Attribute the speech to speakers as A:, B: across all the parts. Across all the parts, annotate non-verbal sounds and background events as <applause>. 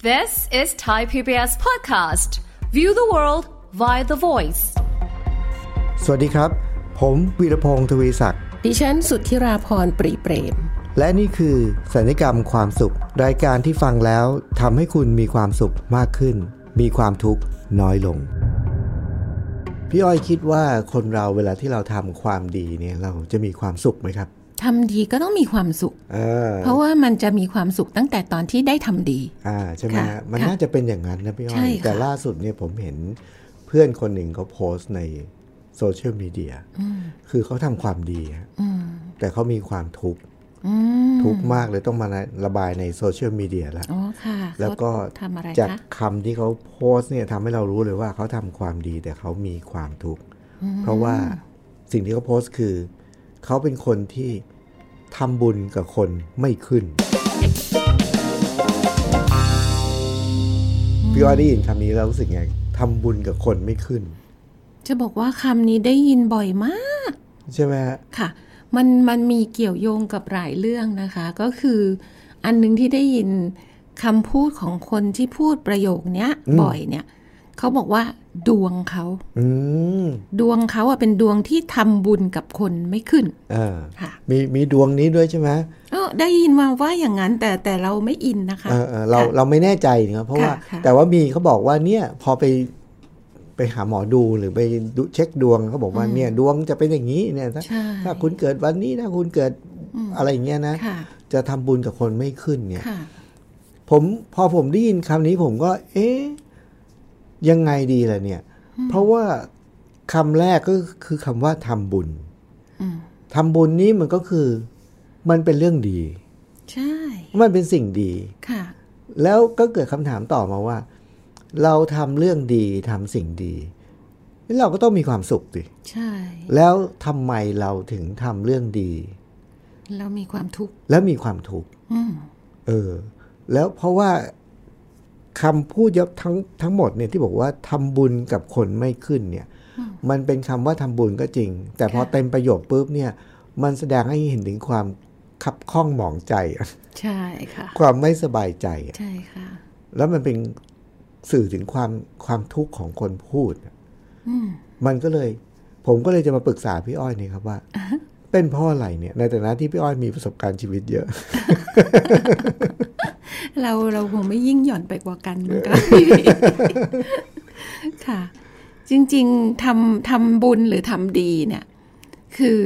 A: This is Thai PBS podcast. View the world via the voice.
B: สวัสดีครับ ผมวีรพงศ์ทวีศักดิ์
C: ดิฉันสุทธิราพรปรีเปรม
B: และนี่คือสัญญกรรมความสุข รายการที่ฟังแล้วทำให้คุณมีความสุขมากขึ้น มีความทุกข์น้อยลง พี่อ้อยคิดว่าคนเราเวลาที่เราทำความดีเนี่ยเราจะมีความสุขไหมครับ
C: ทำดีก็ต้องมีความสุข
B: เออ
C: เพราะว่ามันจะมีความสุขตั้งแต่ตอนที่ได้ทำดี
B: อ่าใช่ไหม
C: ค่ะ
B: ฮะมัน
C: ค่ะ
B: น่าจะเป็นอย่างนั้นนะพี่อ้อ
C: ใช่
B: ย
C: ค่ะ
B: แต่ล่าสุดเนี่ยผมเห็นเพื่อนคนหนึ่งเขาโพสต์ในโซเชียลมีเดียคือเขาทำความดีฮะ
C: อืม
B: แต่เขามีความทุกข์
C: อืม
B: ทุกข์มากเลยต้องมาระบายในโซเชียลมีเดียแล้ว
C: อ๋อค่ะ
B: แล้วก็
C: เขาทำอะไร
B: จาก
C: คะ
B: คำที่เขาโพสต์เนี่ยทำให้เรารู้เลยว่าเขาทำความดีแต่เขามีความทุกข์เพราะว่าสิ่งที่เขาโพสต์คือ เขาเป็นคนที่ทำบุญกับคนไม่ขึ้นพี่อ้อยได้ยินคำนี้แล้วรู้สึกไงทำบุญกับคนไม่ขึ้น
C: จะบอกว่าคำนี้ได้ยินบ่อยมาก
B: ใช่ไหมฮะ
C: ค่ะ มันมันมีเกี่ยวโยงกับหลายเรื่องนะคะ ก็คือ อันหนึงที่ได้ยินคำพูดของคนที่พูดประโยคเนี้ยบ่อยเนี่ย เขาบอกว่า ดวงเขา
B: อืม
C: ดวงเขาอะเป็นดวงที่ทำบุญกับคนไม่ขึ้น
B: เออ
C: ค่ะ
B: มีมีดวงนี้ด้วยใช่ไหม
C: เออได้ยินมาว่าอย่างนั้นแต่แต่เราไม่อินนะคะ
B: เออเออเรา
C: ค่ะ
B: เราไม่แน่ใจนะครับเพราะว่า
C: ค่ะ
B: แต่ว่ามีเขาบอกว่าเนี่ยพอไปไปหาหมอดูหรือไปดูเช็คดวงเขาบอกว่าเนี่ยดวงจะเป็นอย่างนี้เนี่ยถ้า
C: ใช่
B: ถ้าคุณเกิดวันนี้นะคุณเกิดอะไรอย่างเงี้ยนะ
C: ค่ะ
B: จะทำบุญกับคนไม่ขึ้นเนี่ย
C: ค่ะ
B: ผมพอผมได้ยินคำนี้ผมก็ เอ๊ะยังไงดีล่ะเนี่ย เพราะว่าคำแรกก็คือคำว่าทำบุญ
C: อืม
B: ทำบุญนี้มันก็คือมันเป็นเรื่องดี
C: ใช่
B: มันเป็นสิ่งดี
C: ค่ะ
B: แล้วก็เกิดคำถามต่อมาว่า เราทำเรื่องดีทำสิ่งดีงั้นเราก็ต้องมีความสุขดิ
C: ใช่
B: แล้วทำไมเราถึงทำเรื่องดี
C: เรามีความทุกข์
B: แล้วมีความทุกข์
C: อืม
B: เออ แล้วเพราะว่าคำพูดเยอะทั้งทั้งหมดเนี่ยที่บอกว่าทำบุญกับคนไม่ขึ้นเนี่ย มันเป็นคำว่าทำบุญก็จริง แต่พอเต็มประโยคปุ๊บเนี่ย มันแสดงให้เห็นถึงความขับข้องหมองใจ <laughs>
C: ใช่ค่ะ
B: ความไม่สบายใจ
C: ใช่ค่ะ
B: แล้วมันเป็นสื่อถึงความความทุกข์ของคนพูด
C: อืม
B: มันก็เลย ผมก็เลยจะมาปรึกษาพี่อ้อยเนี่ยครับว่า <laughs> เป็นเพ่ออะไรเนี่ย ในฐานะที่พี่อ้อยมีประสบการณ์ชีวิตเยอะ
C: เราเราคงไม่ยิ่งหย่อนไปกว่ากันมันก็ <laughs> ค่ะ จริงๆทำทำบุญหรือทำดีเนี่ย คือ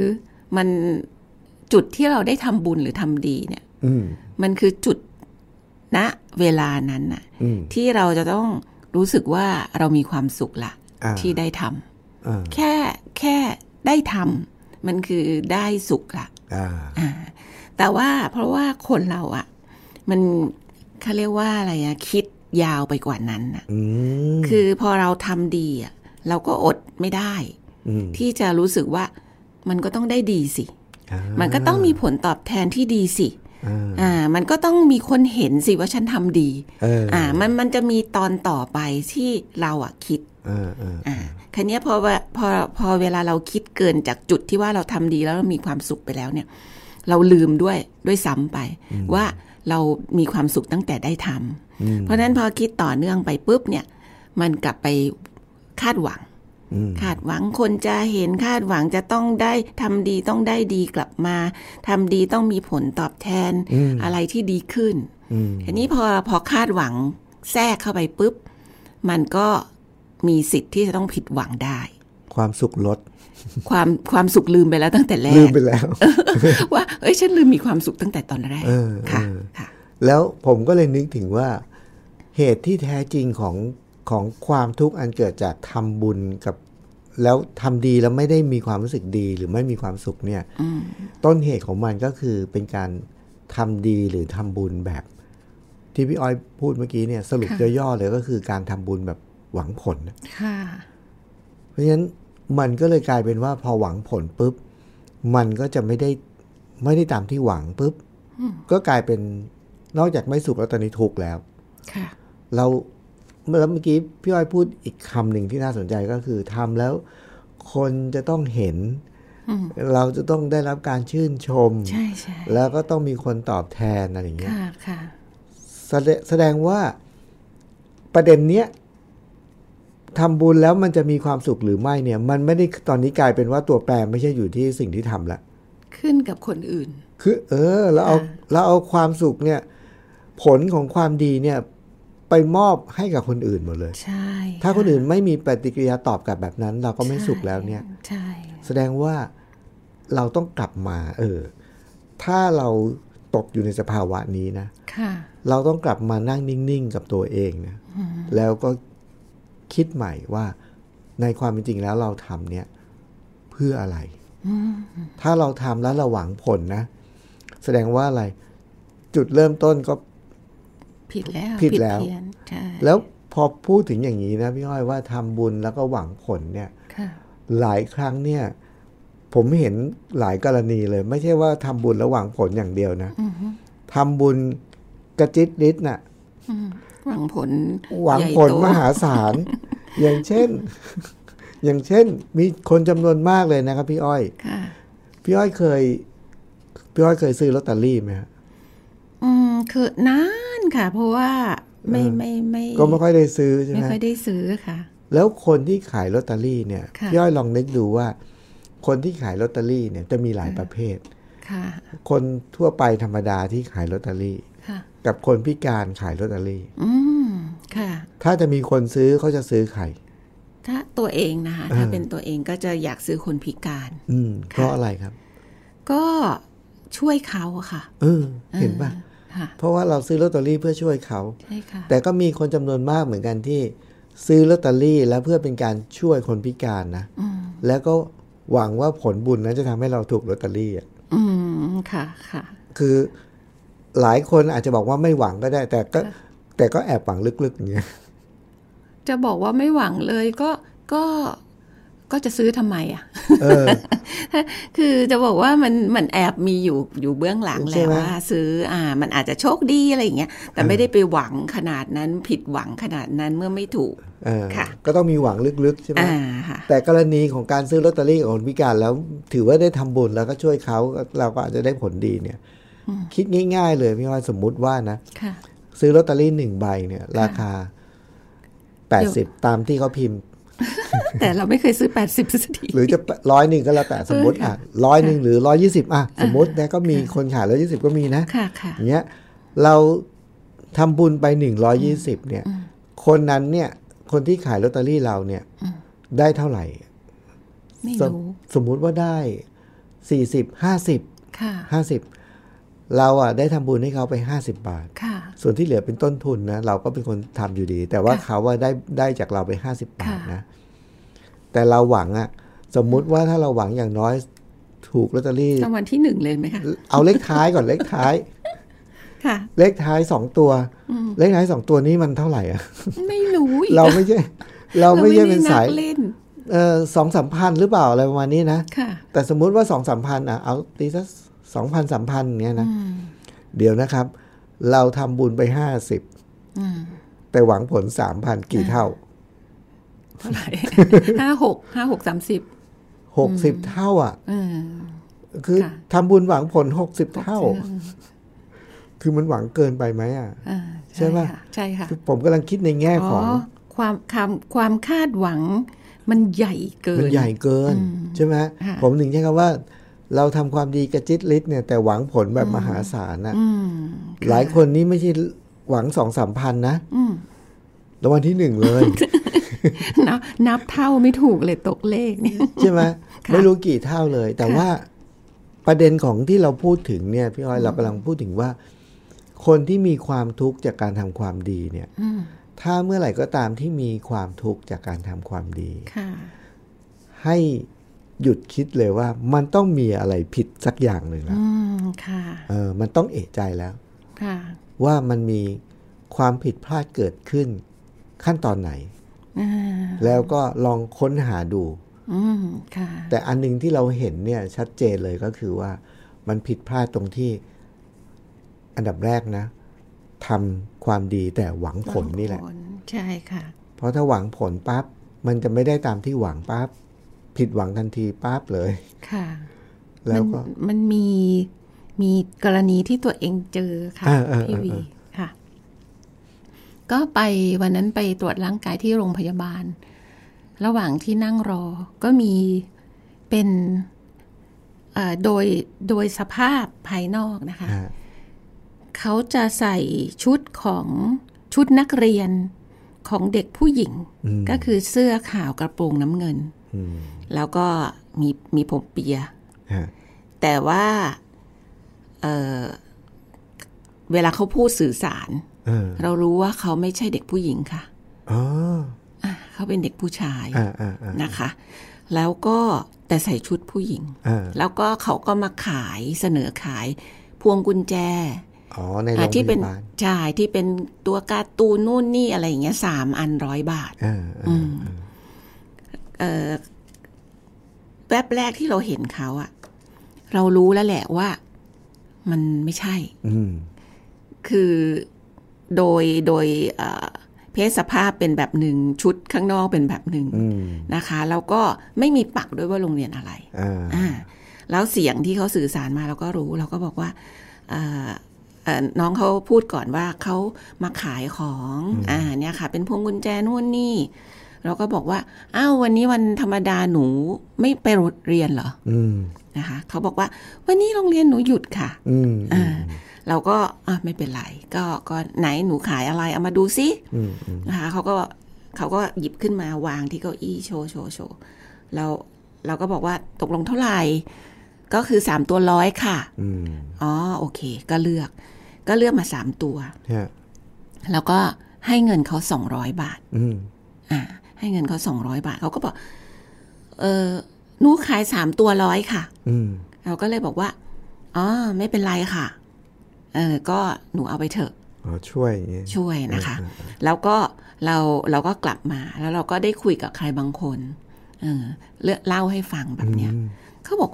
C: มันจุดที่เราได้ทำบุญหรือทำดีเนี่ย
B: อืม
C: มันคือจุดณเวลานั้นน่ะ
B: อืม
C: ที่เราจะต้องรู้สึกว่าเรามีความสุขละ
B: อ่า
C: ที่ได้ท
B: อ่า
C: ำแค่แค่ได้ทำมันคือได้สุขละ
B: อ่า
C: อ่าแต่ว่าเพราะว่าคนเราอะมันเขาเรียกว่าอะไรอะคิดยาวไปกว่านั้นนะ
B: อืม
C: คือพอเราทำดีอะเราก็อดไม่ได้
B: ม
C: ที่จะรู้สึกว่ามันก็ต้องได้ดีสิ
B: อ่า
C: มันก็ต้องมีผลตอบแทนที่ดีสิ
B: อ่า
C: อ่า มันก็ต้องมีคนเห็นสิว่าฉันทำดี
B: เออ
C: อ่า มันมันจะมีตอนต่อไปที่เราอะคิด
B: เออเออ
C: อ่าคันนี้ยพอว่าพอพอเวลาเราคิดเกินจากจุดที่ว่าเราทำดีแล้วเรามีความสุขไปแล้วเนี่ย เราลืมด้วยด้วยซ้ำไป ว่าเรามีความสุขตั้งแต่ได้ทำ
B: อืม
C: เพราะฉะนั้นพอคิดต่อเนื่องไปปุ๊บเนี่ย มันกลับไปคาดหวัง
B: อืม
C: คาดหวังคนจะเห็นคาดหวังจะต้องได้ทำดีต้องได้ดีกลับมาทำดีต้องมีผลตอบแทนอะไรที่ดีขึ้น
B: อืม
C: ทีนี้พอพอคาดหวังแทรกเข้าไปปุ๊บ มันก็มีสิทธิ์ที่จะต้องผิดหวังได้
B: ความสุขลด
C: ความความสุขลืมไปแล้วตั้งแต่แร
B: ลืม
C: ก
B: ไปแล้ว
C: ว่าเอ้ยฉันลืมมีความสุขตั้งแต่ตอนแรก
B: เออ
C: ค่ะ
B: เออ
C: ค่ะ
B: แล้วผมก็เลยนึกถึงว่าเหตุที่แท้จริงของของความทุกข์อันเกิดจากทำบุญกับ แล้วทำดีแล้วไม่ได้มีความรู้สึกดีหรือไม่มีความสุขเนี่ย
C: อืม
B: ต้นเหตุของมันก็คือเป็นการทำดีหรือทำบุญแบบ ที่พี่อ้อยพูดเมื่อกี้เนี่ยสรุปย่อๆเลยก็คือการทำบุญแบบหวังผลนะ
C: ค่ะ
B: เพราะฉะนั้นมันก็เลยกลายเป็นว่าพอหวังผลปุ๊บ มันก็จะไม่ได้ไม่ได้ตามที่หวังปุ๊บ ก็กลายเป็นนอกจากไม่สุขแล้วตอนนี้ทุกข์แล้ว
C: ค่ะ
B: เราเมื่อแล้วเมื่อกี้พี่อ้อยพูดอีกคำหนึ่งที่น่าสนใจก็คือทำแล้วคนจะต้องเห็น
C: อืม
B: เราจะต้องได้รับการชื่นชม
C: ใช่ใช่
B: แล้วก็ต้องมีคนตอบแทนอะไรอย่างเงี้ย
C: ค่ะค่ะ
B: แสดแสดงว่า ประเด็นเนี้ยทำบุญแล้วมันจะมีความสุขหรือไม่เนี่ย มันไม่ได้ตอนนี้กลายเป็นว่าตัวแปรไม่ใช่อยู่ที่สิ่งที่ทำละ
C: ขึ้นกับคนอื่น
B: คือเออเราเอาเราเอาความสุขเนี่ย ผลของความดีเนี่ย ไปมอบให้กับคนอื่นหมดเลย
C: ใช่
B: ถ้าคนอื่นไม่มีปฏิกิริยาตอบกลับแบบนั้น เราก็ไม่สุขแล้วเนี่ย
C: ใช่
B: แสดงว่าเราต้องกลับมา เออ ถ้าเราตกอยู่ในสภาวะนี้นะ
C: ค่ะ
B: เราต้องกลับมานั่งนิ่งๆ กับตัวเองนะ แล้วก็คิดใหม่ว่าในความเป็นจริงแล้วเราทำเนี่ย เพื่ออะไร ถ้าเราทำแล้วเราหวังผลนะ แสดงว่าอะไร จุดเริ่มต้นก็
C: ผิดแล้ว
B: ผิดแล้ว
C: เพี้ยนใช่
B: แล้วพอพูดถึงอย่างนี้นะพี่อ้อยว่าทำบุญแล้วก็หวังผลเนี่ย
C: ค่ะ
B: หลายครั้งเนี่ย ผมเห็นหลายกรณีเลย ไม่ใช่ว่าทำบุญแล้วหวังผลอย่างเดียวนะทำบุญกระจิตริดน่ะ
C: อืมหวังผล
B: หวัง
C: ใญ่
B: ผล
C: โต
B: มหาศาล อย่างเช่น <laughs> อย่างเช่น มีคนจำนวนมากเลยนะครับ พี่อ้อย
C: ค่ะ
B: พี่อ้อยเคย พี่อ้อยเคยซื้อลอตเตอรี่ไหมฮะ
C: อืมคือนานค่ะ เพราะว่าไม่ไม่ไม่
B: ก็ไม่ค่อยได้ซื้อใช่
C: ไม่
B: ไหม
C: ค่อยได้ซื้อค่ะ
B: แล้วคนที่ขายลอตเตอรี่เนี่ย
C: ค่ะ
B: พี่อ้อยลองนึกดูว่า คนที่ขายลอตเตอรี่เนี่ยจะมีหลายประเภท
C: ค่ะ
B: คนทั่วไปธรรมดาที่ขายลอตเตอรี่
C: ค่ะ
B: กับคนพิการขายลอตเตอรี่
C: อืมค่ะ
B: ถ้าจะมีคนซื้อเขาจะซื้อใคร
C: ถ้าตัวเองนะคะถ้าเป็นตัวเองก็จะอยากซื้อคนพิการ
B: อืม เพราะอะไรครับ
C: ก็ช่วยเขาอะค่ะ
B: เออ เห็นป่ะ
C: ค่ะ
B: เพราะว่าเราซื้อลอตเตอรี่เพื่อช่วยเขา
C: ใช่ค่ะ
B: แต่ก็มีคนจำนวนมากเหมือนกันที่ ซื้อลอตเตอรี่แล้วเพื่อเป็นการช่วยคนพิการนะ
C: อืม
B: แล้วก็หวังว่าผลบุญนั้นจะทำให้เราถูกลอตเตอรี่อะ
C: อืมค่ะค่ะ
B: คือหลายคนอาจจะบอกว่าไม่หวังก็ได้ แต่ก็ แต่ก็แอบหวังลึกๆอย่างเงี้ย <laughs>
C: จะบอกว่าไม่หวังเลยก็ก็ก็จะซื้อทำไมอะ
B: เออ
C: คือจะบอกว่ามันมันแอบมีอยู่อยู่เบื้องหลัง
B: ใช่
C: แหล้ว
B: ไหม
C: ว่าซื้ออ่า มันอาจจะโชคดีอะไรอย่างเงี้ยแต่ไม่ได้ไปหวังขนาดนั้นผิดหวังขนาดนั้นเมื่อไม่ถูก
B: เออ
C: ค่ะ
B: ก็ต้องมีหวังลึกๆใช่ไหม
C: อ่าค่ะ
B: แต่กรณีของการซื้อลอตเตอรี่ของคนพิการแล้ว ถือว่าได้ทำบุญแล้วก็ช่วยเขาเราก็อาจจะได้ผลดีเนี่ย คิดง่าย ๆ เลยพี่ว่าสมมุติว่านะ
C: ค่ะ
B: ซื้อลอตเตอรี่หนึ่งใบเนี่ย ราคาแปดสิบตามที่เขาพิมพ์
C: แต่เราไม่เคยซื้อ 80สักที
B: หรือจะร้อยหนึ่งก็แล้วแต่สมมติอ่ะร้อยหนึ่งหรือร้อยี่สิบอ่ะ สมมตินะก็มีคนขายร้อยี่สิบก็มีนะ
C: ค่ะค่ะ
B: อย่างเงี้ยเราทำบุญไปหนึ่งร้อยี่สิบเนี่ย คนนั้นเนี่ย คนที่ขายลอตเตอรี่เราเนี่ย ได้เท่าไหร่
C: ไม่
B: สม
C: รู้
B: สมมุติว่าได้สี่สิบห้าสิบ
C: ค่ะ
B: ห้าสิบเราอ่ะได้ทำบุญให้เขาไปห้าสิบบาท
C: ค่ะ
B: ส่วนที่เหลือเป็นต้นทุนนะ เราก็เป็นคนทำอยู่ดี แต่ว่าเขาว่าได้ได้จากเราไปห้าสิบบาท
C: ค่ะ
B: นะ แต่เราหวังอะสมมุติว่าถ้าเราหวังอย่างน้อยถูกลอตเตอรี่
C: รางวัลที่หนึ่งเลยไหมคะ
B: เอาเลขท้ายก่อนเลขท้าย
C: ค่ะ
B: เลขท้ายสองตัว เลขท้ายสองตัวนี้มันเท่าไหร่อะ
C: ไม่รู้อีก
B: เราไม่ใช่ <laughs> เราไม่ใช่เป็นสาย
C: รไม่ได้กเล่น
B: เออสองสามพันหรือเปล่าอะไรประมาณนี้นะ
C: ค่ะ
B: แต่สมมุติว่าสองสามพันอ่ะเอาตีสักสองพันสามพันเนี้ยนะ เดี๋ยวนะครับ เราทำบุญไปห้าสิบแต่หวังผลสามพันกี่เท่า
C: เท่าไหร่
B: <laughs>
C: ห้าหกห้าหกสามสิบ
B: หกสิบเท่าอ่ะ
C: เออ
B: คือ
C: ค่ะ
B: ทำบุญหวังผลหกสิบเท่า คือมันหวังเกินไปไหมอ่ะ
C: เออ
B: ใช่ปะ
C: ค่ะใช่ค่ะ
B: คือผมกำลังคิดในแง่ของ
C: อ๋อความความความคาดหวังมันใหญ่เกิน
B: มันใหญ่เกิน ใช่ไหม
C: ค่ะ
B: ผมถึงใช้คำว่า เราทำความดีกระจิตลิศเนี่ย แต่หวังผลแบบมหาศาลนะ
C: อืม
B: หลายคนนี่ไม่ใช่หวังสองสามพันนะ
C: อืม
B: รางวัลที่หนึ่งเลย
C: <laughs> นับนับเท่าไม่ถูกเลยตกเลขเนี่ย
B: ใช่ไหม
C: ค่ะ
B: ไม่รู้กี่เท่าเลย แต่
C: ค่ะ
B: ว่าประเด็นของที่เราพูดถึงเนี่ย พี่อ้อยเรากำลังพูดถึงว่า คนที่มีความทุกข์จากการทำความดีเนี่ย
C: อืม
B: ถ้าเมื่อไหร่ก็ตามที่มีความทุกข์จากการทำความดี
C: ค่ะ
B: ให้หยุดคิดเลยว่ามันต้องมีอะไรผิดสักอย่างหนึ่งแล้ว
C: อืมค่ะ
B: เออมันต้องเอะใจแล้ว
C: ค่ะ
B: ว่ามันมีความผิดพลาดเกิดขึ้น ขั้นตอนไหน
C: อ่า
B: แล้วก็ลองค้นหาดู
C: อืมค่ะ
B: แต่อันหนึ่งที่เราเห็นเนี่ยชัดเจนเลยก็คือว่ามันผิดพลาดตรงที่อันดับแรกนะทำความดีแต่หวังผลนี่แหละ
C: ผใช่ค่ะ
B: เพราะถ้าหวังผลปั๊บมันจะไม่ได้ตามที่หวังปั๊บผิดหวังทันทีปั๊บเลย
C: ค่ะ
B: แล้วก็
C: มันมันมีมีกรณีที่ตัวเองเจอค่ะ
B: อ่าอ่า
C: พี่วี
B: อ่า
C: ค่ะ ก็ไปวันนั้นไปตรวจร่างกายที่โรงพยาบาล ระหว่างที่นั่งรอก็มีเป็นเอ่อโดยโดยสภาพภายนอกนะคะ
B: ฮะ
C: เขาจะใส่ชุดของชุดนักเรียนของเด็กผู้หญิง ก็คือเสื้อขาวกระโปรงน้ำเงิน
B: อืม
C: แล้วก็มีมีผมเปีย
B: ฮะ
C: แต่ว่าเอ่อเวลาเขาพูดสื่อสาร
B: เออ
C: เรารู้ว่าเขาไม่ใช่เด็กผู้หญิงค่ะ
B: อ๋อ
C: อ่ะเขาเป็นเด็กผู้ชาย
B: อ่าอ่าอ่า
C: นะคะ แล้วก็แต่ใส่ชุดผู้หญิง
B: อ่า
C: แล้วก็เขาก็มาขายเสนอขายพวงกุญแจ
B: อ๋อในโร
C: อ่ะ
B: งพ
C: ที่เป็น
B: ยาบาล
C: ใช่ที่เป็นตัวการ์ตูนนู่นนี่อะไรอย่างเงี้ยสามอันร้อยบาท
B: อ่าอ่าอ่า
C: เออแวบแรกที่เราเห็นเขาอะเรารู้แล้วแหละว่า มันไม่ใช่
B: อืม
C: คือโดยโดยเอ่อเพศสภาพเป็นแบบหนึ่งชุดข้างนอกเป็นแบบหนึ่ง
B: อืม
C: นะคะแล้วก็ไม่มีปักด้วยว่าโรงเรียนอะไร
B: อ่า
C: อ่าแล้วเสียงที่เขาสื่อสารมาเราก็รู้เราก็บอกว่าเอ่อเอ่อน้องเขาพูดก่อนว่าเขามาขายของอ่าเนี่ยค่ะ เป็นพวงกุญแจนู่นนี่ เราก็บอกว่าอ้าววันนี้วันธรรมดาหนูไม่ไปเรียนเหรอ
B: อืม
C: นะคะเขาบอกว่า วันนี้โรงเรียนหนูหยุดค่ะ
B: อืมอื
C: อ่าม เราก็อ่ะไม่เป็นไร ก็ก็ไหนหนูขายอะไรเอามาดูซิ
B: อืมอืม
C: นะคะเขาก็เขาก็หยิบขึ้นมาวางที่เก้าอี้โชว์โชว์โชว์เราเราก็บอกว่าตกลงเท่าไหร่ ก็คือสามตัวร้อยค่ะ
B: อืม
C: อ๋อโอเค ก็เลือก ก็เลือกมาสามตัว
B: ฮะ
C: แล้วก็ให้เงินเขาสองร้อยบาท
B: อืม
C: อ่า ให้เงินเขาสองร้อยบาทเขาก็บอก เออหนูขายสามตัวร้อยค่ะ
B: อืม
C: เราก็เลยบอกว่าอ๋อไม่เป็นไรค่ะ เออก็หนูเอาไปเถอะ
B: อ๋อช่วยอย่างเงี้ย
C: ช่วยนะคะ
B: เออ
C: แล้วก็เราเราก็กลับมาแล้วเราก็ได้คุยกับใครบางคนเออเลเล่าให้ฟังแบบเนี้ย
B: อืม
C: เขาบอก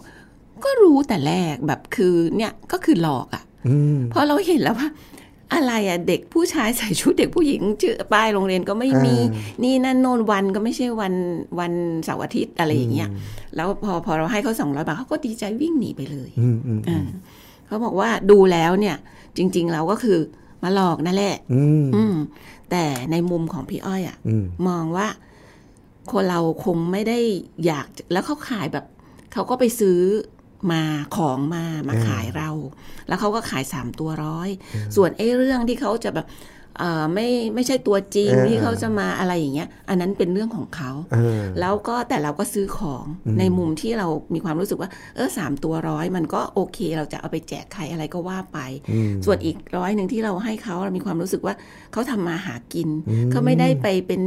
C: ก็รู้แต่แรกแบบคือเนี่ยก็คือหลอกอะ่ะ
B: อืม
C: เพราะเราเห็นแล้วว่า อะไรอะ่ะเด็กผู้ชายใส่ชุดเด็กผู้หญิงชื่อป้ายโรงเรียนก็ไม่มี
B: อ่
C: นี่นั่นโนนวันก็ไม่ใช่วันวันเสาร์อาทิตย์อะไรอย่างเงี้ย
B: อืม
C: แล้วพอพอเราให้เขาสองร้อยบาทเขาก็ดีใจวิ่งหนีไปเลย
B: อืมอืมอื
C: อ่าม เขาบอกว่าดูแล้วเนี่ย จริง ๆ เราก็คือมาหลอกนั่นแหละ
B: อืม
C: อืม แต่ในมุมของพี่อ้อยอะ
B: อืม
C: มองว่า คนเราคงไม่ได้อยากแล้วเขาขายแบบ เขาก็ไปซื้อมาของมามาขายเรา แล้วเขาก็ขายสามตัวร้อยส่วนไอ้เรื่องที่เขาจะแบบเอ่อไม่ไม่ใช่ตัวจริงที่เขาจะมาอะไรอย่างเงี้ย อันนั้นเป็นเรื่องของเขา
B: เออ
C: แล้วก็แต่เราก็ซื้อของในมุมที่เรามีความรู้สึกว่า เออสามตัวร้อยมันก็โอเค เราจะเอาไปแจกใครอะไรก็ว่าไป
B: อืม
C: ส่วนอีกร้อยหนึ่งที่เราให้เขาเรามีความรู้สึกว่าเขาทำมาหากินเขาไม่ได้ไปเป็น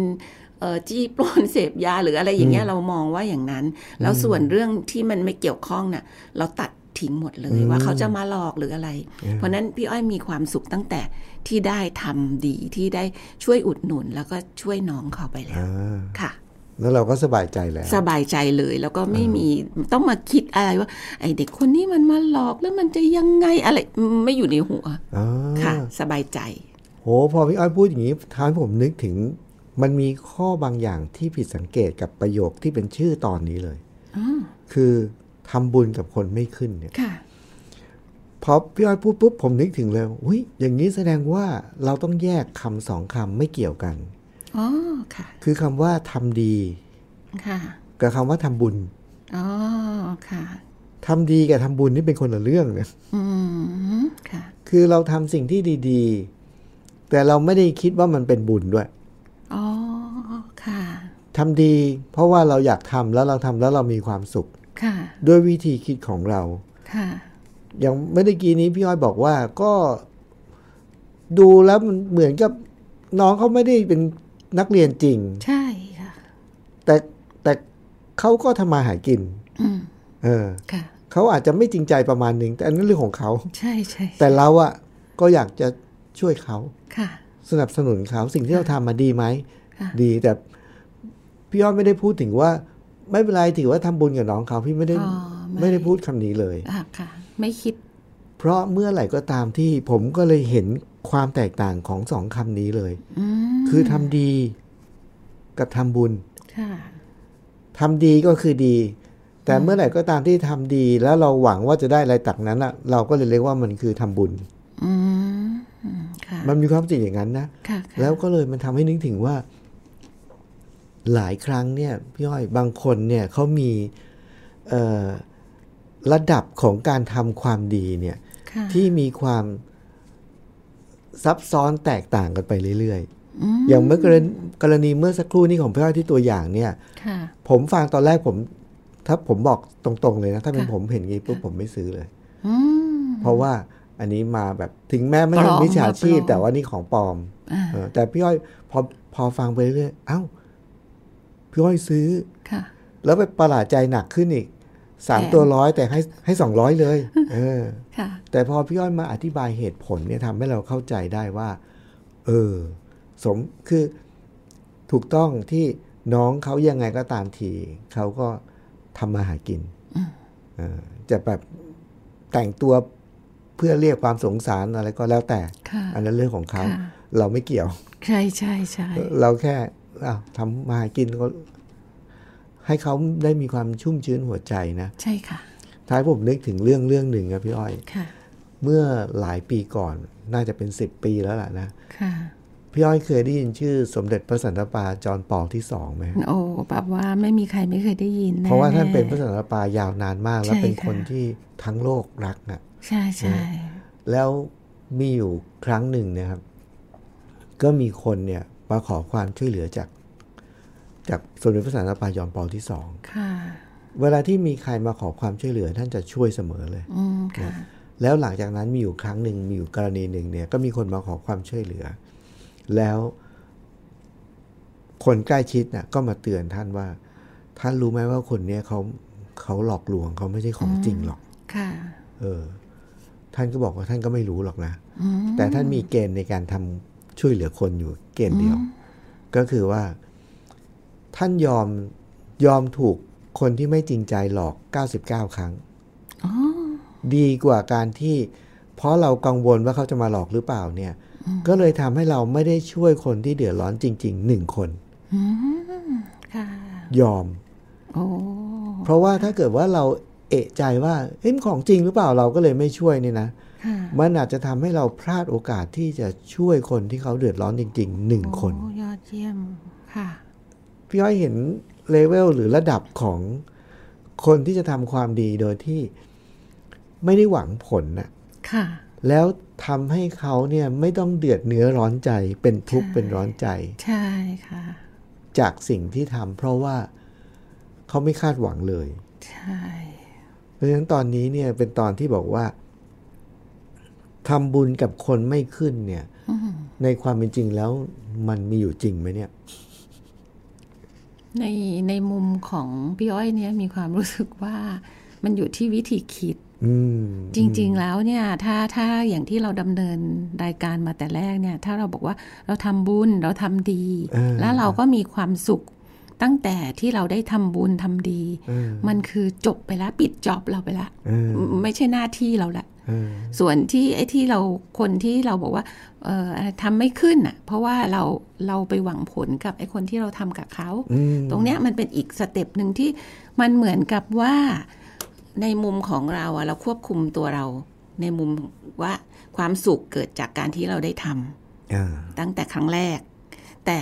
C: เอ่อจี้ปล้นเสพยาหรืออะไรอย่างเงี้ยเรามองว่าอย่างนั้น แล้วส่วนเรื่องที่มันไม่เกี่ยวข้องน่ะเราตัดทิ้งหมดเลยว่าเขาจะมาหลอกหรืออะไร เพราะฉะนั้นพี่อ้อยมีความสุขตั้งแต่ที่ได้ทำดีที่ได้ช่วยอุดหนุน แล้วก็ช่วยน้องเขาไปแล้ว
B: อ่า
C: ค่ะ
B: แล้วเราก็สบายใจแล้ว
C: สบายใจเลยแล้วก็ไม่มีต้องมาคิดอะไรว่า ไอเด็กคนนี้มันมาหลอกแล้วมันจะยังไงอะไรไม่อยู่ในหัว
B: อ๋อ
C: ค่ะ สบายใจ
B: โหพอพี่อ้อยพูดอย่างนี้ทำให้ผมนึกถึง มันมีข้อบางอย่างที่ผิดสังเกตกับประโยคที่เป็นชื่อตอนนี้เลยคือทำบุญกับคนไม่ขึ้นเนี่ย
C: ค่ะ
B: พอพี่อ้อยพูดปุ๊บผมนึกถึงเลยอุ้ยอย่างนี้แสดงว่าเราต้องแยกคำสองคำไม่เกี่ยวกัน
C: อ๋อ ค่ะ
B: คือคำว่าทำดี
C: ค่ะ
B: กับคำว่าทำบุญ
C: อ๋อ ค่ะ
B: ทำดีกับทำบุญนี่เป็นคนละเรื่องนะ
C: อืม ค่ะ
B: คือเราทำสิ่งที่ดีๆ แต่เราไม่ได้คิดว่ามันเป็นบุญด้วย
C: อ๋อ ค่ะ
B: ทำดีเพราะว่าเราอยากทำแล้วเราทำแล้วเรามีความสุข
C: ค่ะ
B: ด้วยวิธีคิดของเรา
C: ค่ะ
B: อย่างเมื่อกี้นี้พี่อ้อยบอกว่าก็ดูแล้วมันเหมือนกับน้องเขาไม่ได้เป็นนักเรียนจริง
C: ใช่ค่ะ
B: แต่แต่เขาก็ทำมาหากิน
C: อืม
B: เออ
C: ค่ะ
B: เขาอาจจะไม่จริงใจประมาณหนึ่งแต่อันนั้นเรื่องของเขา
C: ใช่ใช่
B: แต่เราอะก็อยากจะช่วยเขา
C: ค่ะ
B: สนับสนุนเขาสิ่งที่เราทำมาดีไหม
C: ค่ะ
B: ดีแต่พี่อ้อยไม่ได้พูดถึงว่า ไม่เป็นไรถือว่าทำบุญกับน้องเขาพี่ไม่ได้
C: อ๋อไม่
B: ไม่ได้พูดคำนี้เลย
C: อ่ะค่ะ ไม่คิด
B: เพราะเมื่อไหร่ก็ตามที่ผมก็เลยเห็นความแตกต่างของสองคำนี้เลย
C: อืม
B: คือทำดีกับทำบุญ
C: ค่ะ
B: ทำดีก็คือดี แต่เมื่อไหร่ก็ตามที่ทำดี แล้วเราหวังว่าจะได้อะไรตักนั้นอ่ะ เราก็เลยเรียกว่ามันคือทำบุญ
C: อืมอืม ค่ะ
B: มันมีความรู้สึกอย่างนั้นนะ
C: ค่ะค่ะ
B: แล้วก็เลยมันทำให้นึกถึงว่า หลายครั้งเนี่ยพี่อ้อยบางคนเนี่ยเขามีเอ่อระดับของการทำความดีเนี่ย
C: ค่ะ
B: ที่มีความซับซ้อนแตกต่างกันไปเรื่อยๆ อย่างเมื่อกรณกรณีเมื่อสักครู่นี้ของพี่อ้อยที่ตัวอย่างเนี่ย
C: ค่ะ
B: ผมฟังตอนแรกผม ถ้าผมบอกตรงๆเลยนะ ถ้าเป็น
C: ค่ะ
B: ผมเห็นงี้ปุ๊บผมไม่ซื้อเลย
C: อืม
B: เพราะว่าอันนี้มาแบบถึงแม้ไม่เป็
C: ปล
B: น
C: อม
B: มิจฉาชีพ
C: มาปลอม
B: แต่ว่านี่ของปลอม
C: อ่า
B: เออแต่พี่อ้อยพอพอฟังไปเรื่อยๆเอ้า พี่อ้อยซื้อ
C: ค่ะ
B: แล้วไปประหลาดใจหนักขึ้นอีกสาม
C: แถม
B: ตัวร้อยแต่ให้ให้สองร้อยเลย เออ
C: ค่ะ
B: แต่พอพี่อ้อยมาอธิบายเหตุผลเนี่ยทำให้เราเข้าใจได้ว่า เออ สมคือถูกต้องที่น้องเขายังไงก็ตามทีเขาก็ทำมาหากินเออจะแบบแต่งตัวเพื่อเรียกความสงสารอะไรก็แล้วแต่
C: ค่ะ
B: อันนั้นเรื่องของเขา
C: ค่ะ
B: เราไม่เกี่ยว
C: ใช่ใช่ใช่
B: เราแค่อ้าวทำมาหากินก็ให้เขาได้มีความชุ่มชื้นหัวใจนะ
C: ใช่ค่ะ
B: ท้ายผมนึกถึงเรื่องเรื่องหนึ่งครับพี่อ้อย
C: ค่ะ
B: เมื่อหลายปีก่อนน่าจะเป็นสิบปีแล้วล่ะนะ
C: ค่ะ
B: พี่อ้อยเคยได้ยินชื่อสมเด็จพระสันตะปาจอห์นปอลที่สองไหม
C: โอ้แบบว่าไม่มีใครไม่เคยได้ยินแ
B: เพราะว่าท่านเป็นพระ
C: ๆ
B: สันตะปายาวนานมาก และ
C: ใช่
B: เป็น
C: ค่ะ
B: คนที่ทั้งโลกรักน่ะ
C: ใช่ใช่
B: แล้วมีอยู่ครั้งหนึ่งนะครับ ก็มีคนเนี่ยมาขอความช่วยเหลือจาก จากสมเด็จพระสันตะปายอห์นปอลที่สอง
C: ค่ะ
B: เวลาที่มีใครมาขอความช่วยเหลือท่านจะช่วยเสมอเลย
C: อืมค่ะ
B: แล้วหลังจากนั้นมีอยู่ครั้งหนึ่งมีอยู่กรณีหนึ่งเนี่ยก็มีคนมาขอความช่วยเหลือ แล้วคนใกล้ชิดน่ะก็มาเตือนท่านว่า ท่านรู้ไหมว่าคนเนี้ยเขาเขาหลอกลวงเขาไม่ใช่ของจริงหรอก
C: ค่ะ
B: เออ ท่านก็บอกว่าท่านก็ไม่รู้หรอกนะ แต่ท่านมีเกณฑ์ในการทำช่วยเหลือคนอยู่เกณฑ์เดียว ก็คือว่า ท่านยอมยอมถูกคนที่ไม่จริงใจหลอก 99 ครั้ง
C: อ๋อ
B: ดีกว่าการที่ เพราะเรากังวลว่าเขาจะมาหลอกหรือเปล่าเนี่ย ก็เลยทำให้เราไม่ได้ช่วยคนที่เดือดร้อนจริงๆหนึ่งคน
C: อืมค่ะ
B: ยอม
C: โอ้
B: เพราะว่าถ้าเกิดว่าเราเอะใจว่าเฮ้ยมันของจริงหรือเปล่าเราก็เลยไม่ช่วยเนี่ยนะ
C: ค่ะ
B: มันอาจจะทำให้เราพลาดโอกาสที่จะช่วยคนที่เขาเดือดร้อนจริงๆหนึ่งคน
C: โอ้ยอดเยี่ยม ค่ะ
B: พี่อ้อยเห็นเลเวลหรือระดับของคนที่จะทำความดีโดยที่ไม่ได้หวังผลน่ะ
C: ค่ะ
B: แล้วทำให้เขาเนี่ยไม่ต้องเดือดเนื้อร้อนใจเป็นทุกข์
C: ใช่
B: เป็นร้อนใจ
C: ใช่ค่ะ
B: จากสิ่งที่ทำเพราะว่าเขาไม่คาดหวังเลย
C: ใช่
B: เพราะฉะนั้นตอนนี้เนี่ยเป็นตอนที่บอกว่าทำบุญกับคนไม่ขึ้นเนี่ย
C: อืม
B: ในความเป็นจริงแล้วมันมีอยู่จริงไหมเนี่ย
C: ในในมุมของพี่อ้อยเนี่ยมีความรู้สึกว่ามันอยู่ที่วิธีคิด
B: อืม
C: จริง ๆ แล้วเนี่ยถ้าถ้าอย่างที่เราดำเนินรายการมาแต่แรกเนี่ย ถ้าเราบอกว่าเราทำบุญเราทำดี
B: เออ
C: แล้วเราก็มีความสุข ตั้งแต่ที่เราได้ทำบุญทำดี
B: เออ
C: มันคือจบไปแล้วปิดจอบเราไปแล้ว
B: เออ
C: ไม่ใช่หน้าที่เราละ
B: เออ
C: ส่วนที่ไอ้ที่เราคนที่เราบอกว่าเออทำไม่ขึ้นอ่ะ เพราะว่าเราเราไปหวังผลกับไอ้คนที่เราทำกับเขา
B: อืม
C: ตรงเนี้ยมันเป็นอีกสเต็ปหนึ่งที่มันเหมือนกับว่าในมุมของเราอะเราควบคุมตัวเรา ในมุมว่าความสุขเกิดจากการที่เราได้ทำ
B: อ่า
C: ตั้งแต่ครั้งแรก แต่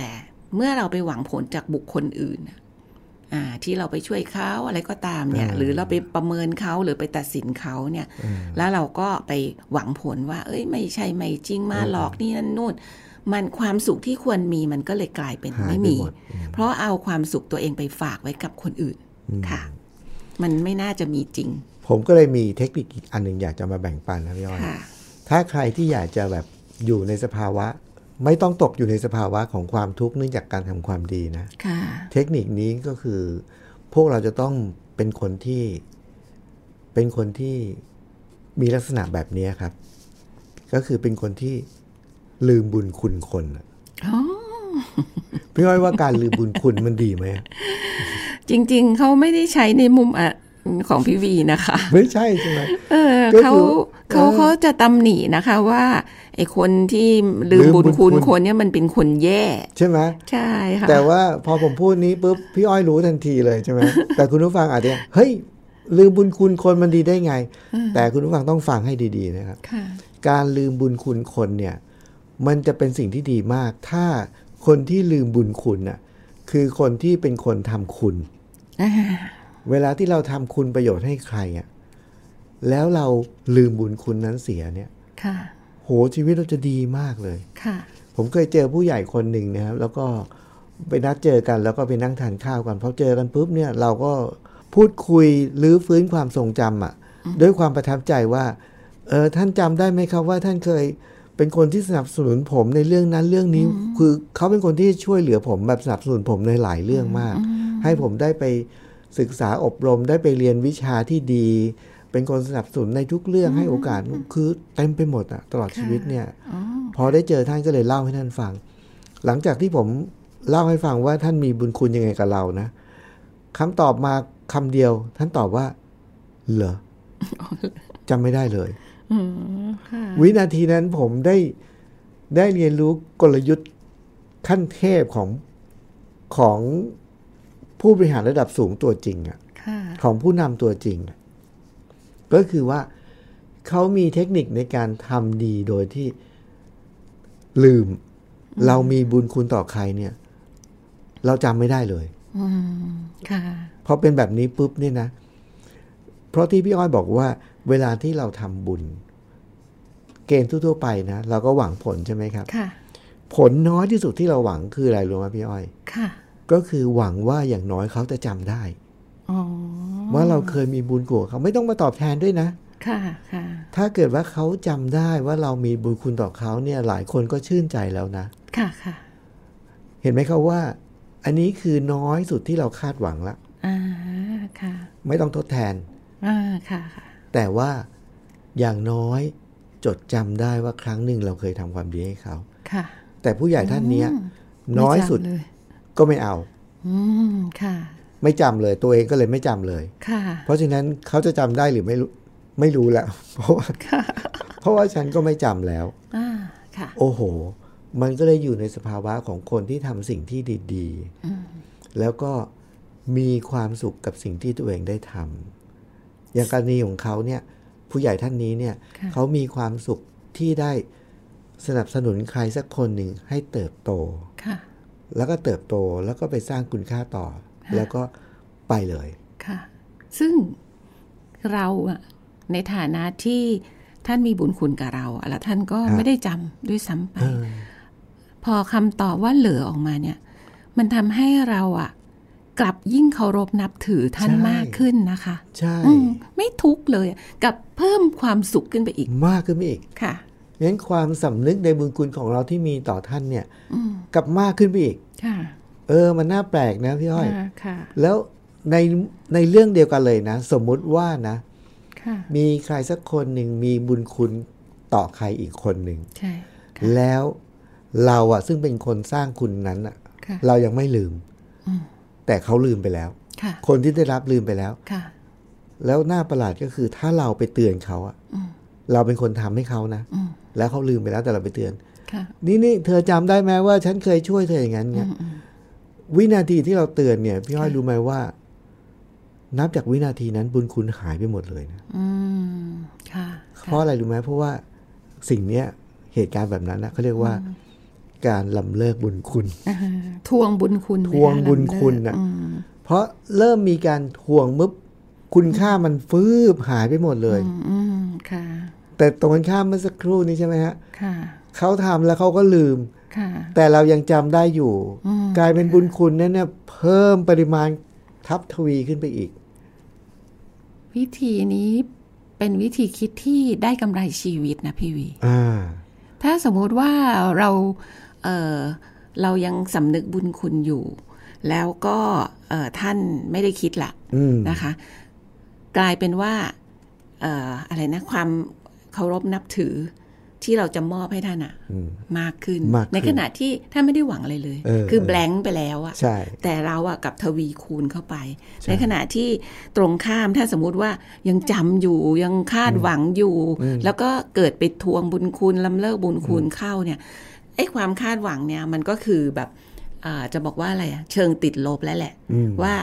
C: เมื่อเราไปหวังผลจากบุคคลอื่นอะอ่าที่เราไปช่วยเขาอะไรก็ตามเนี่ย
B: อ่า
C: หรือเราไปประเมินเขาหรือไปตัดสินเขาเนี่ย
B: เออ
C: แล้วเราก็ไปหวังผลว่า เอ้ย ไม่ใช่ไม่จริงมาหลอกนี่นั่นนู่น มันความสุขที่ควรมีมันก็เลยกลายเป็น
B: หาย
C: ไม่
B: ไป
C: มี
B: หมดอืม
C: เพราะเอาความสุขตัวเองไปฝากไว้กับคนอื่นค่ะ มันไม่น่าจะมีจริง
B: ผมก็เลยมีเทคนิคอีกอันหนึ่งอยากจะมาแบ่งปันนะพี่อ้อย
C: ค่ะ
B: ถ้าใครที่อยากจะแบบอยู่ในสภาวะ ไม่ต้องตกอยู่ในสภาวะของความทุกข์เนื่องจากการทำความดีนะ
C: ค่ะ
B: เทคนิคนี้ก็คือ พวกเราจะต้องเป็นคนที่เป็นคนที่มีลักษณะแบบนี้ครับ ก็คือเป็นคนที่ลืมบุญคุณคนน่ะ
C: อ๋อ
B: พี่อ้อยว่าการลืมบุญคุณมันดีไหม
C: จริง ๆ เขาไม่ได้ใช้ในมุมอะของพี่วีนะคะ
B: <laughs> ไม่ใช่ใช่ไหม
C: เออ
B: ก็
C: เขา
B: คือ
C: เขา
B: เออ
C: เขาจะตำหนินะคะว่าไอ้คนที่ลืม
B: ลืมบุญ
C: บุญคุณ
B: คุณ
C: คนเนี่ยมันเป็นคนแย่
B: ใช่ไหม
C: ใช่ค่ะ
B: แต่ว่าพอผมพูดนี้ปุ๊บพี่อ้อยรู้ทันทีเลยใช่ไหม แต่คุณผู้ฟังอาจจะเฮ้ย ลืมบุญคุณคนมันดีได้ไง แต่คุณผู้ฟังต้องฟังให้ดีๆนะครับ
C: ค่ะ
B: การลืมบุญคุณคนเนี่ย มันจะเป็นสิ่งที่ดีมาก ถ้าคนที่ลืมบุญคุณน่ะคือคนที่เป็นคนทำคุณ
C: อ่า
B: เวลาที่เราทำคุณประโยชน์ให้ใครอ่ะแล้วเราลืมบุญคุณนั้นเสียเนี่ย
C: ค่ะ
B: โหชีวิตเราจะดีมากเลย
C: ค่ะ
B: ผมเคยเจอผู้ใหญ่คนหนึ่งนะครับแล้วก็ไปนัดเจอกันแล้วก็ไปนั่งทานข้าวกันพอเจอกันปุ๊บเนี่ยเราก็พูดคุยรื้อฟื้นความทรงจำอ่ะ ด้วยความประทับใจว่าเออท่านจำได้ไหมครับว่าท่านเคยเป็นคนที่สนับสนุนผมในเรื่องนั้นเรื่องนี้ คือเขาเป็นคนที่ช่วยเหลือผมแบบสนับสนุนผมในหลายเรื่องมาก ให้ผมได้ไปศึกษาอบรมได้ไปเรียนวิชาที่ดี เป็นคนสนับสนุนในทุกเรื่องให้โอกาสคือเต็มไปหมดอ่ะตลอดชีวิตเนี่ย
C: อ๋อ
B: พอได้เจอท่านก็เลยเล่าให้ท่านฟัง หลังจากที่ผมเล่าให้ฟังว่าท่านมีบุญคุณยังไงกับเรานะคำตอบมาคำเดียว ท่านตอบว่า เหรอจำไม่ได้เลย
C: อืมค่ะ
B: วินาทีนั้นผมได้ได้เรียนรู้กลยุทธ์ขั้นเทพของของผู้บริหารระดับสูงตัวจริงอะ
C: ค่ะ
B: ของผู้นำตัวจริงอะก็คือว่าเขามีเทคนิคในการทำดีโดยที่ลืม เรามีบุญคุณต่อใครเนี่ย เราจำไม่ได้เลย
C: อืมค่ะ
B: พอเป็นแบบนี้ปุ๊บเนี่ยนะ เพราะที่พี่อ้อยบอกว่า เวลาที่เราทำบุญ เกณฑ์ทั่วๆไปนะเราก็หวังผลใช่ไหมครับ
C: ค่ะ
B: ผลน้อยที่สุดที่เราหวังคืออะไรรู้ไหมพี่อ้อย
C: ค่ะ
B: ก็คือหวังว่าอย่างน้อยเขาจะจำได้
C: อ๋อ
B: ว่าเราเคยมีบุญคุณกับเขาไม่ต้องมาตอบแทนด้วยนะ
C: ค่ะ ค่ะ
B: ถ้าเกิดว่าเขาจำได้ว่าเรามีบุญคุณต่อเขาเนี่ย หลายคนก็ชื่นใจแล้วนะ
C: ค่ะ ค่ะ
B: เห็นไหมครับว่า อันนี้คือน้อยสุดที่เราคาดหวังละ
C: อ่า ค่ะ
B: ไม่ต้องทดแทน
C: อ่า ค่ะ ค่ะ
B: แต่ว่าอย่างน้อยจดจำได้ว่าครั้งหนึ่งเราเคยทำความดีให้เขา
C: ค่ะ
B: แต่ผู้ใหญ่ท่านเนี้ย
C: ไม่
B: น้อยสุด
C: จำเลย
B: ก็ไม่เอา
C: อืม ค่ะ
B: ไม่จำเลย ตัวเองก็เลยไม่จำเลย
C: ค่ะ
B: เพราะฉะนั้นเขาจะจำได้หรือไม่รู้ไม่รู้ละเพราะว่า
C: ค่ะ
B: เพราะว่าฉันก็ไม่จำแล้ว
C: อ่า ค่ะ
B: โอ้โห มันก็เลยอยู่ในสภาวะของคนที่ทำสิ่งที่ดีๆ แล้วก็มีความสุขกับสิ่งที่ตัวเองได้ทำ อย่างกรณีของเขาเนี่ย ผู้ใหญ่ท่านนี้เนี่ย
C: ค่ะ
B: เขามีความสุขที่ได้สนับสนุนใครสักคนหนึ่งให้เติบโต
C: ค่ะ
B: แล้วก็เติบโต แล้วก็ไปสร้างคุณค่าต่อ แล้วก็ไปเลย
C: ค่ะ ซึ่งเราอะในฐานะที่ท่านมีบุญคุณกับเราอะแล้วท่านก็
B: ฮะ
C: ไม่ได้จำด้วยซ้ำไป
B: เออ
C: พอคำตอบว่าเหลือออกมาเนี่ย มันทำให้เราอะกลับยิ่งเคารพนับถือท่านมากขึ้นนะคะ
B: ใช่
C: อืมไม่ทุกข์เลยอะกับเพิ่มความสุขขึ้นไปอีก
B: มากขึ้นไปอีก
C: ค่ะ
B: งั้นความสำนึกในบุญคุณของเราที่มีต่อท่านเนี่ยกลับมากขึ้นไปอีก
C: ค่ะ
B: เออ มันน่าแปลกนะพี่อ้อย
C: ค่ะค่ะ
B: แล้วในในเรื่องเดียวกันเลยนะ สมมุติว่านะ
C: ค่ะ
B: มีใครสักคนหนึ่งมีบุญคุณต่อใครอีกคนหนึ่ง
C: ใช่
B: แล้วเราอะซึ่งเป็นคนสร้างคุณนั้นอะ
C: ค่ะ
B: เรายังไม่ลืม แต่เขาลืมไปแล้ว
C: ค่ะ
B: คนที่ได้รับลืมไปแล้ว
C: ค่ะ
B: แล้วหน้าประหลาดก็คือถ้าเราไปเตือนเขาอะเราเป็นคนทำให้เขานะ
C: อืม
B: แล้วเขาลืมไปแล้วแต่เราไปเตือน
C: ค่ะ
B: นี่นี่เธอจำได้ไหมว่าฉันเคยช่วยเธออย่างนั้นไงวินาทีที่เราเตือนเนี่ย พี่อ้อยรู้ไหมว่า นับจากวินาทีนั้นบุญคุณหายไปหมดเลยนะ
C: อืมค่ะ
B: เพราะอะไรรู้ไหมเพราะว่าสิ่งเนี้ยเหตุการณ์แบบนั้นนะเขาเรียกว่า การลำเลิกบุญคุณ
C: อ่าทวงบุญคุณ
B: ทวงบุญคุณ
C: นะ
B: นะเพราะเริ่มมีการทวงมึบคุณค่ามันฟืบหายไปหมดเลย
C: อืมอืมค่ะ
B: แต่ตรงกันข้ามเมื่อสักครู่นี้ใช่ไหมฮะ
C: ค่ะ
B: เขาทำแล้วเขาก็ลืม
C: ค่ะ
B: แต่เรายังจำได้อยู่
C: อืม
B: กลายเป็นบุญคุณนั้นเนี่ยเพิ่มปริมาณทับทวีขึ้นไปอีก
C: วิธีนี้เป็นวิธีคิดที่ได้กำไรชีวิตนะพี่วี
B: อ่า
C: ถ้าสมมุติว่าเราเอ่อเรายังสำนึกบุญคุณอยู่ แล้วก็เอ่อท่านไม่ได้คิดละ
B: อืม
C: นะคะ กลายเป็นว่าเอ่ออะไรนะความเคารพนับถือที่เราจะมอบให้ท่านอะมากขึ้น
B: มากขึ้น
C: ในขณะที่ท่านไม่ได้หวังอะไรเลย
B: เออ
C: คือ
B: เออ
C: แบงค์ไปแล้วอะ
B: ใช่
C: แต่เราอะกลับทวีคูณเข้าไป ในขณะที่ตรงข้ามถ้าสมมุติว่ายังจำอยู่ยังคาดหวังอยู่ แล้วก็เกิดไปทวงบุญคุณลำเลิกบุญคุณเข้าเนี่ยไอ้ความคาดหวังเนี่ยมันก็คือแบบอ่าจะบอกว่าอะไรอะเชิงติดลบแล้วแหละ ว่า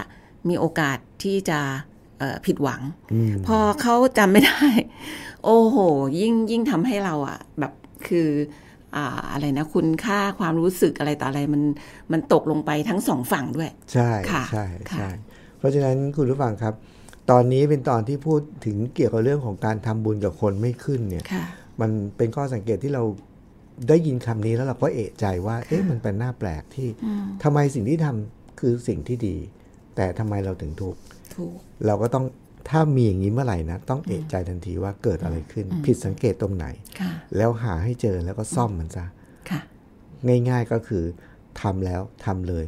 C: มีโอกาสที่จะเอ่อผิดหวัง
B: อืม
C: พอ <laughs> เขาจำไม่ได้ โอ้โห ยิ่งยิ่งทำให้เราอะแบบคือ อ่าอะไรนะคุณค่าความรู้สึกอะไรต่ออะไรมันมันตกลงไปทั้งสองฝั่งด้วย
B: ใช่
C: ค่ะ
B: ใช่
C: ค่ะ
B: ใช่เพราะฉะนั้นคุณผู้ฟังครับ ตอนนี้เป็นตอนที่พูดถึงเกี่ยวกับเรื่องของการทำบุญกับคนไม่ขึ้นเนี่ย
C: ค่ะ
B: มันเป็นข้อสังเกตที่เราได้ยินคำนี้แล้วเราก็เอะใจว่า เอ๊ะมันเป็นหน้าแปลกที่
C: อืม
B: ทำไมสิ่งที่ทำคือสิ่งที่ดี แต่ทำไมเราถึงทุกข์
C: ถูก
B: เราก็ต้องถ้ามีอย่างนี้เมื่อไหร่นะ ต้องเอะใจทันทีว่าเกิดอะไรขึ้น ผิดสังเกตตรงไหน
C: ค่ะ
B: แล้วหาให้เจอแล้วก็ซ่อมมันซะ
C: ค่ะ
B: ง่าย ๆก็คือทำแล้วทำเลย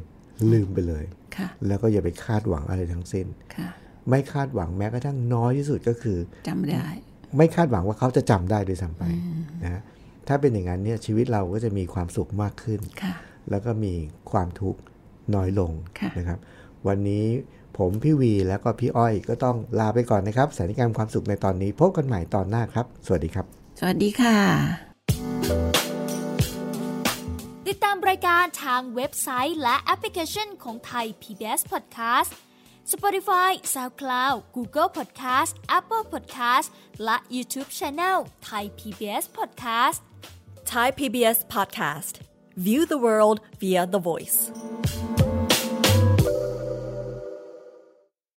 B: ลืมไปเลย
C: ค่ะ
B: แล้วก็อย่าไปคาดหวังอะไรทั้งสิ้น
C: ค่ะ
B: ไม่คาดหวังแม้กระทั่งน้อยที่สุดก็คือ
C: จำได้
B: ไม่คาดหวังว่าเขาจะจำได้ด้วยซ้ำไปนะฮะถ้าเป็นอย่างนั้นเนี่ยชีวิตเราก็จะมีความสุขมากขึ้น
C: ค่ะ
B: แล้วก็มีความทุกข์น้อยลง
C: ค่ะ
B: นะครับ วันนี้ผมพี่วีแล้วก็พี่อ้อยก็ต้องลาไปก่อนนะครับสถานการณ์ความสุขในตอนนี้พบกันใหม่ตอนหน้าครับ สวัสดีครับ
C: สวัสดีค่ะ
D: ติดตามรายการทางเว็บไซต์และแอปพลิเคชันของไทย PBS Podcast Spotify SoundCloud Google Podcast Apple Podcast และ YouTube Channel ไทย PBS Podcast
E: Thai PBS Podcast. View the world via the voice.